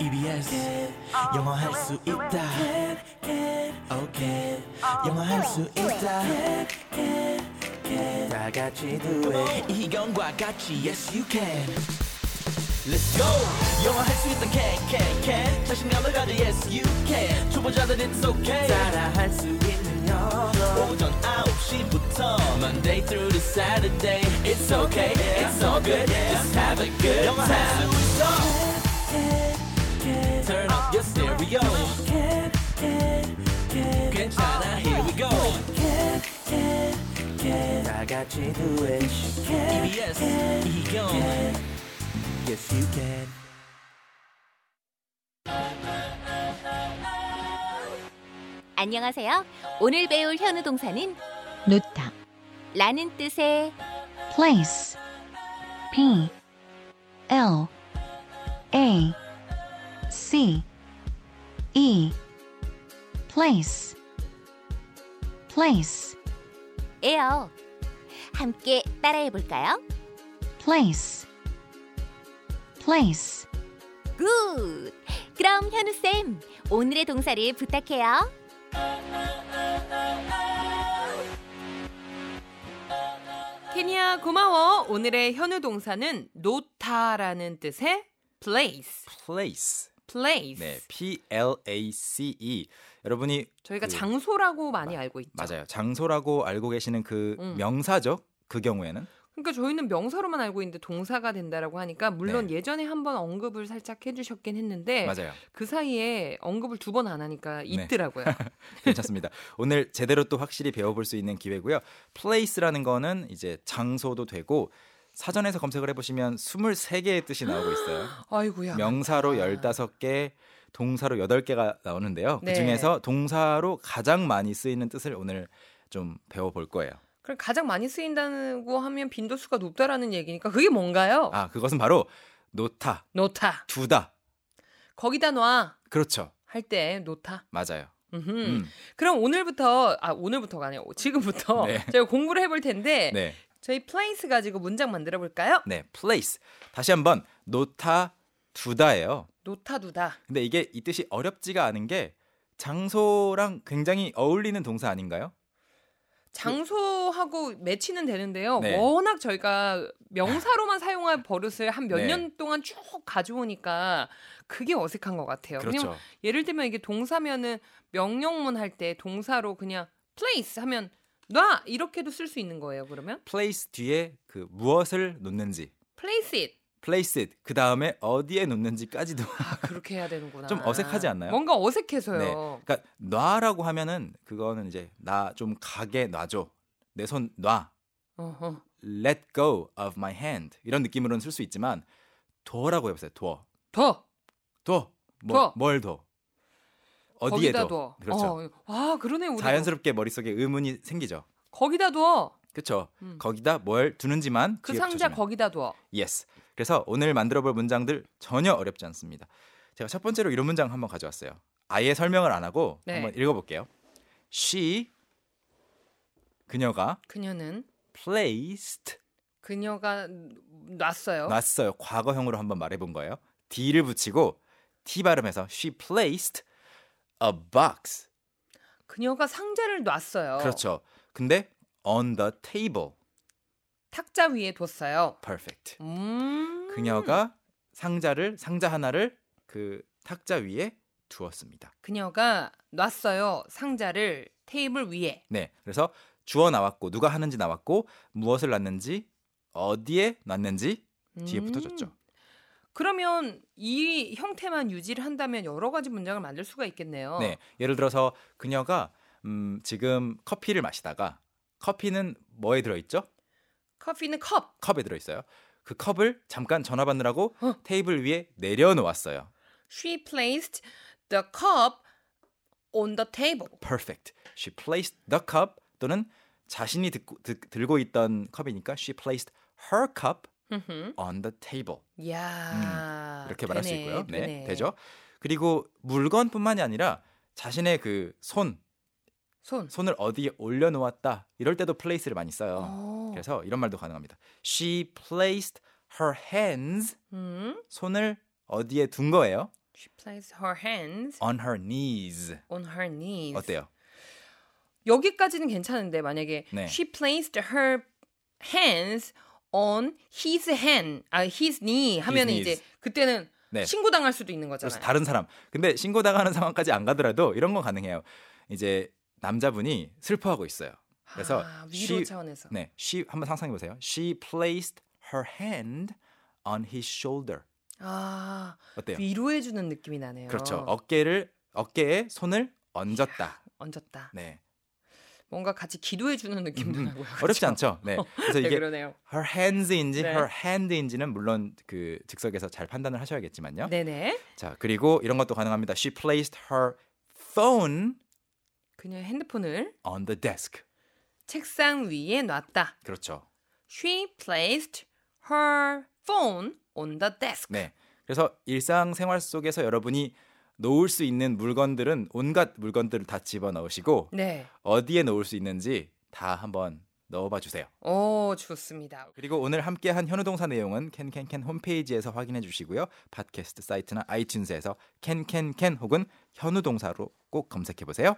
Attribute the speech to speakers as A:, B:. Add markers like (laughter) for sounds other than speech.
A: EBS 영어 할 수 있다 오케이 영어 할 수 있다 다 같이 do it 이희경과 같이 yes you can Let's go 영어 할 수 있다 can can can 자신감을 가져 yes you can 초보자들 it's okay 따라 할 수 있는 영어 오전 9시부터 Monday through to Saturday It's okay it's all good just have a good time 영어 할수 있어 Turn up your stereo. 괜찮아, here we go. 다 같이 do it. EBS, 이경. Yes, you can.
B: 안녕하세요. 오늘 배울 현우 동사는
C: 놓다
B: 라는 뜻의
C: place p l a c e place place
B: 에요. 함께 따라해 볼까요?
C: place place
B: 굿! 그럼 현우쌤, 오늘의 동사를 부탁해요.
D: 케니야 고마워. 오늘의 현우 동사는 놓다라는 뜻의 place.
E: place.
D: place.
E: 네, P L A C E. 여러분이
D: 저희가
E: 그-
D: 장소라고 많이 알고 있죠.
E: 맞아요. 장소라고 알고 계시는 그
D: 음.
E: 명사죠. 그 경우에는
D: 그러니까 저희는 명사로만 알고 있는데 동사가 된다라고 하니까 물론
E: 네.
D: 예전에 한번 언급을 살짝 해주셨긴 했는데
E: 맞아요. 네.
D: 그 사이에 언급을 두 번 안 하니까
E: (laughs)
D: 있더라고요. (laughs)
E: 괜찮습니다. 오늘 제대로 또 확실히 배워볼 수 있는 기회고요. place라는 거는 이제 장소도 되고 사전에서 검색을 해보시면 23개의 뜻이 나오고
D: (gasps)
E: 있어요.
D: 아이고야.
E: 명사로 15개, 동사로 8개가 나오는데요.
D: 네.
E: 그 중에서 동사로 가장 많이 쓰이는 뜻을 오늘 좀 배워볼 거예요.
D: 그럼 가장 많이 쓰인다고 하면 빈도수가 높다라는 얘기니까 그게 뭔가요?
E: 아, 그것은 바로 놓다,
D: 놓다.
E: 두다.
D: 거기다 놔.
E: 그렇죠.
D: 할 때 놓다.
E: 맞아요.
D: 음흠.
E: 음.
D: 그럼 오늘부터 아 오늘부터가 아니에요. 지금부터
E: (laughs) 네.
D: 저희 공부를 해볼 텐데
E: 네.
D: 저희 place 가지고 문장 만들어 볼까요?
E: 네, place. 다시 한번 놓다, 두다예요.
D: 놓다두다.
E: 근데 이게 이 뜻이 어렵지가 않은 게 장소랑 굉장히 어울리는 동사 아닌가요?
D: 장소하고 매치는 되는데요.
E: 네.
D: 워낙 저희가
E: (laughs)
D: 명사로만 사용할 버릇을 한 몇
E: 네.
D: 년 동안 쭉 가져오니까 그게 어색한 것 같아요. 왜냐면
E: 그렇죠.
D: 예를 들면 이게 동사면은 명령문 할 때 동사로 그냥 place 하면 놔 이렇게도 쓸 수 있는 거예요. 그러면
E: place 뒤에 그 무엇을 놓는지,
D: place it
E: place it 그 다음에 어디에 놓는지까지도 (laughs) 네.
D: 그렇게 해야 되는구나.
E: 좀 어색하지 않나요?
D: 뭔가 어색해서요.
E: 그러니까 놔라고 하면은 그거는 이제 나 좀 가게 놔줘 내 손 놔.
D: 어허.
E: Let go of my hand 이런 느낌으로는 쓸 수 있지만 도어라고 해보세요. 도어,
D: 더 도어.
E: 도어, 뭐, 뭘 둬? 어디에
D: 거기다
E: 둬?
D: 둬.
E: 그렇죠.
D: 어, 아 그러네 우리
E: 자연스럽게 머릿속에 의문이 생기죠.
D: 거기다 둬.
E: 그렇죠.
D: 음.
E: 거기다 뭘 두는지만
D: 그
E: 뒤에
D: 상자
E: 붙여주면.
D: 거기다 둬.
E: Yes. 그래서 오늘 만들어볼 문장들 전혀 어렵지 않습니다. 제가 첫 번째로 이런 문장 한번 가져왔어요. 아예 설명을 안 하고
D: 네.
E: 한번 읽어볼게요. She 그녀가
D: 그녀는
E: placed
D: 그녀가 놨어요.
E: 놨어요. 과거형으로 한번 말해본 거예요. D를 붙이고 T 발음해서 she placed a box.
D: 그녀가 상자를 놨어요.
E: 그렇죠. 근데 on the table.
D: 탁자 위에 뒀어요.
E: Perfect.
D: 음.
E: 그녀가 상자를 상자 하나를 그 탁자 위에 두었습니다.
D: 그녀가 놨어요. 상자를 테이블 위에.
E: 네, 그래서 주어 나왔고 누가 하는지 나왔고 무엇을 놨는지 어디에 놨는지 뒤에
D: 음.
E: 붙어졌죠.
D: 그러면 이 형태만 유지를 한다면 여러 가지 문장을 만들 수가 있겠네요.
E: 네, 예를 들어서 그녀가 음, 지금 커피를 마시다가 커피는 뭐에 들어있죠?
D: 커피는 컵.
E: 컵에 들어있어요. 그 컵을 잠깐 전화 받느라고
D: 어.
E: 테이블 위에 내려놓았어요.
D: She placed the cup on the table.
E: Perfect. She placed the cup 또는 자신이 듣고, 드- 들고 있던 컵이니까 she placed her cup
D: 흠흠.
E: on the table.
D: 야
E: 음, 이렇게 말할 수
D: 아, 되네,
E: 있고요. 네,
D: 되네.
E: 되죠. 그리고 물건뿐만이 아니라 자신의 그 손,
D: 손.
E: 손을 어디에 올려놓았다 이럴 때도 place를 많이 써요.
D: 어.
E: 그래서 이런 말도 가능합니다. She placed her hands
D: 음.
E: 손을 어디에 둔 거예요?
D: She plays her hands
E: on her knees.
D: on her knees.
E: 어. 어때요?
D: 여기까지는 괜찮은데 만약에
E: 네.
D: she placed her hands on his hand, 아 his knee 하면
E: His
D: 이제 그때는
E: 네.
D: 신고 당할 수도 있는
E: 그래서
D: 거잖아요.
E: 다른 사람. 근데 신고 당하는 상황까지 안 가더라도 이런 건 가능해요. 이제 남자분이 슬퍼하고 있어요. 그래서
D: 아, 위로
E: she
D: 차원에서
E: 네, she 한번 상상해 보세요. She placed her hand on his shoulder.
D: 아
E: 어때요?
D: 위로해 주는 느낌이 나네요.
E: 그렇죠. 어깨를 어깨에 손을 얹었다.
D: 얹었다.
E: 네. 음,
D: 뭔가 같이 기도해 주는 느낌도 나고요.
E: 어렵지 않죠? 네. 그래서
D: 그렇죠. (laughs) 네,
E: 이게
D: 그러네요.
E: her hands인지
D: 네.
E: her hand인지는 물론 그 즉석에서 잘 판단을 하셔야겠지만요.
D: 네네.
E: 자, 그리고 이런 것도 가능합니다. She placed her phone
D: 그냥 핸드폰을
E: on the desk.
D: 책상 위에 놨다.
E: 그렇죠.
D: She placed her phone on the desk.
E: 네. 그래서 일상생활 속에서 여러분이 놓을 수 있는 물건들은 온갖 물건들을 다 집어넣으시고
D: 네.
E: 어디에 넣을 수 있는지 다 한번 넣어봐 주세요.
D: 오, 좋습니다.
E: 그리고 오늘 함께한 현우 동사 내용은 캔캔캔 홈페이지에서 확인해 주시고요. 팟캐스트 사이트나 아이튠즈에서 캔캔캔 혹은 현우 동사로 꼭 검색해 보세요.